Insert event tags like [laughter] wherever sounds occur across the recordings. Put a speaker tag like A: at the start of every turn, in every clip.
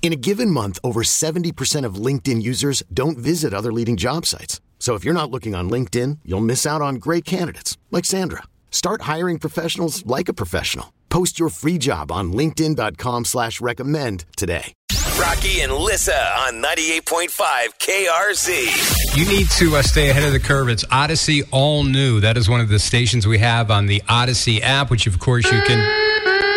A: In a given month, over 70% of LinkedIn users don't visit other leading job sites. So if you're not looking on LinkedIn, you'll miss out on great candidates like Sandra. Start hiring professionals like a professional. Post your free job on linkedin.com slash recommend today.
B: Rocky and Lissa on 98.5 KRZ.
C: You need to uh, stay ahead of the curve. It's Odyssey All New. That is one of the stations we have on the Odyssey app, which of course you can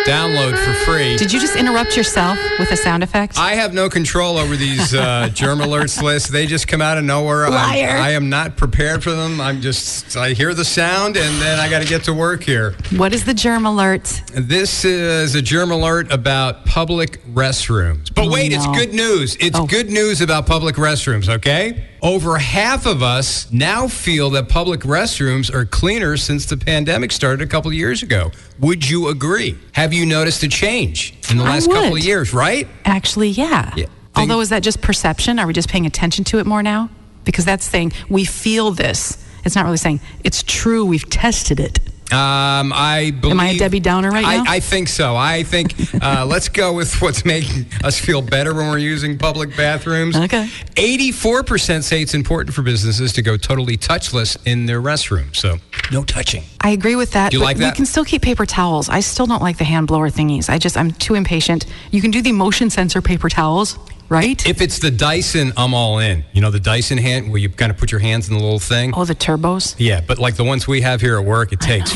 C: download for free.
D: Did you just interrupt yourself with a sound effect?
C: I have no control over these uh, germ alerts lists. They just come out of nowhere. I'm-
D: Liar.
C: I am not prepared for them. I'm just, I hear the sound and then I got to get to work here.
D: what is the germ alert?
C: This is a germ alert about public restrooms. But wait, it's
D: Oh, no.
C: good news. It's
D: Oh.
C: good news about public restrooms, okay? Over half of us now feel that public restrooms are cleaner since the pandemic started a couple of years ago. Would you agree? Have you noticed a change in the
D: I
C: last couple of
D: would.
C: years, right?
D: Actually, yeah.
C: Yeah.
D: Although, is that just perception? Are we just paying attention to it more now? Because that's saying we feel this. It's not really saying it's true. We've tested it.
C: Um, I believe.
D: Am I a Debbie Downer right
C: I,
D: now?
C: I think so. I think
D: [laughs]
C: uh, let's go with what's making us feel better when we're using public bathrooms.
D: Okay.
C: 84% say it's important for businesses to go totally touchless in their restroom. So no touching.
D: I agree with that.
C: Do you
D: but
C: like that?
D: We can still keep paper towels. I still don't like the hand blower thingies. I just I'm too impatient. You can do the motion sensor paper towels, right?
C: If it's the Dyson, I'm all in. You know, the Dyson hand where you kind of put your hands in the little thing.
D: oh, the turbos.
C: Yeah, but like the ones we have here at work, it takes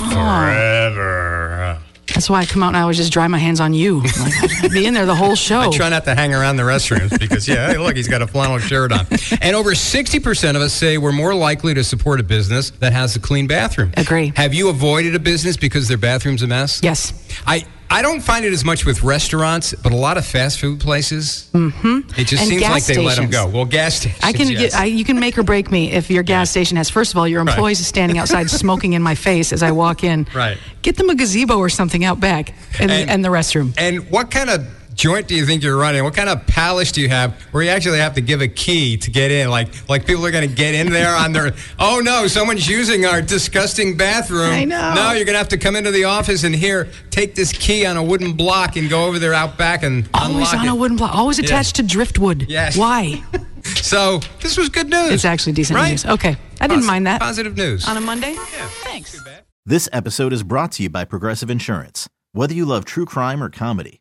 C: forever.
D: That's why I come out and I always just dry my hands on you. Like, I'd be in there the whole show.
C: [laughs] I try not to hang around the restrooms because, yeah, hey, look, he's got a flannel shirt on. And over 60% of us say we're more likely to support a business that has a clean bathroom.
D: Agree.
C: Have you avoided a business because their bathroom's a mess?
D: Yes.
C: I, I don't find it as much with restaurants, but a lot of fast food places. Mm-hmm. It just
D: And
C: seems
D: gas
C: like they let them
D: stations.
C: go. Well, gas stations.
D: I can
C: yes.
D: get, I, you can make or break me if your gas station has first of all your employees
C: [laughs]
D: standing outside smoking in my face as I walk in.
C: Right.
D: Get them a gazebo or something out back and,
C: And-
D: and, the restroom.
C: And what kind of joint do you think you're running? What kind of palace do you have where you actually have to give a key to get in? Like like people are going to get in there on their [laughs] oh no, someone's using our disgusting bathroom.
D: I know.
C: No, you're going to have to come into the office and here take this key on a wooden block and go over there out back and
D: Always
C: unlock
D: on
C: it.
D: a wooden block. Always attached to driftwood.
C: Yes. [laughs]
D: Why?
C: So this was good news.
D: It's actually decent
C: right?
D: news. Okay. I didn't
C: Posi-
D: mind that.
C: Positive news.
D: On a Monday. Thanks.
E: This episode is brought to you by Progressive Insurance. Whether you love true crime or comedy,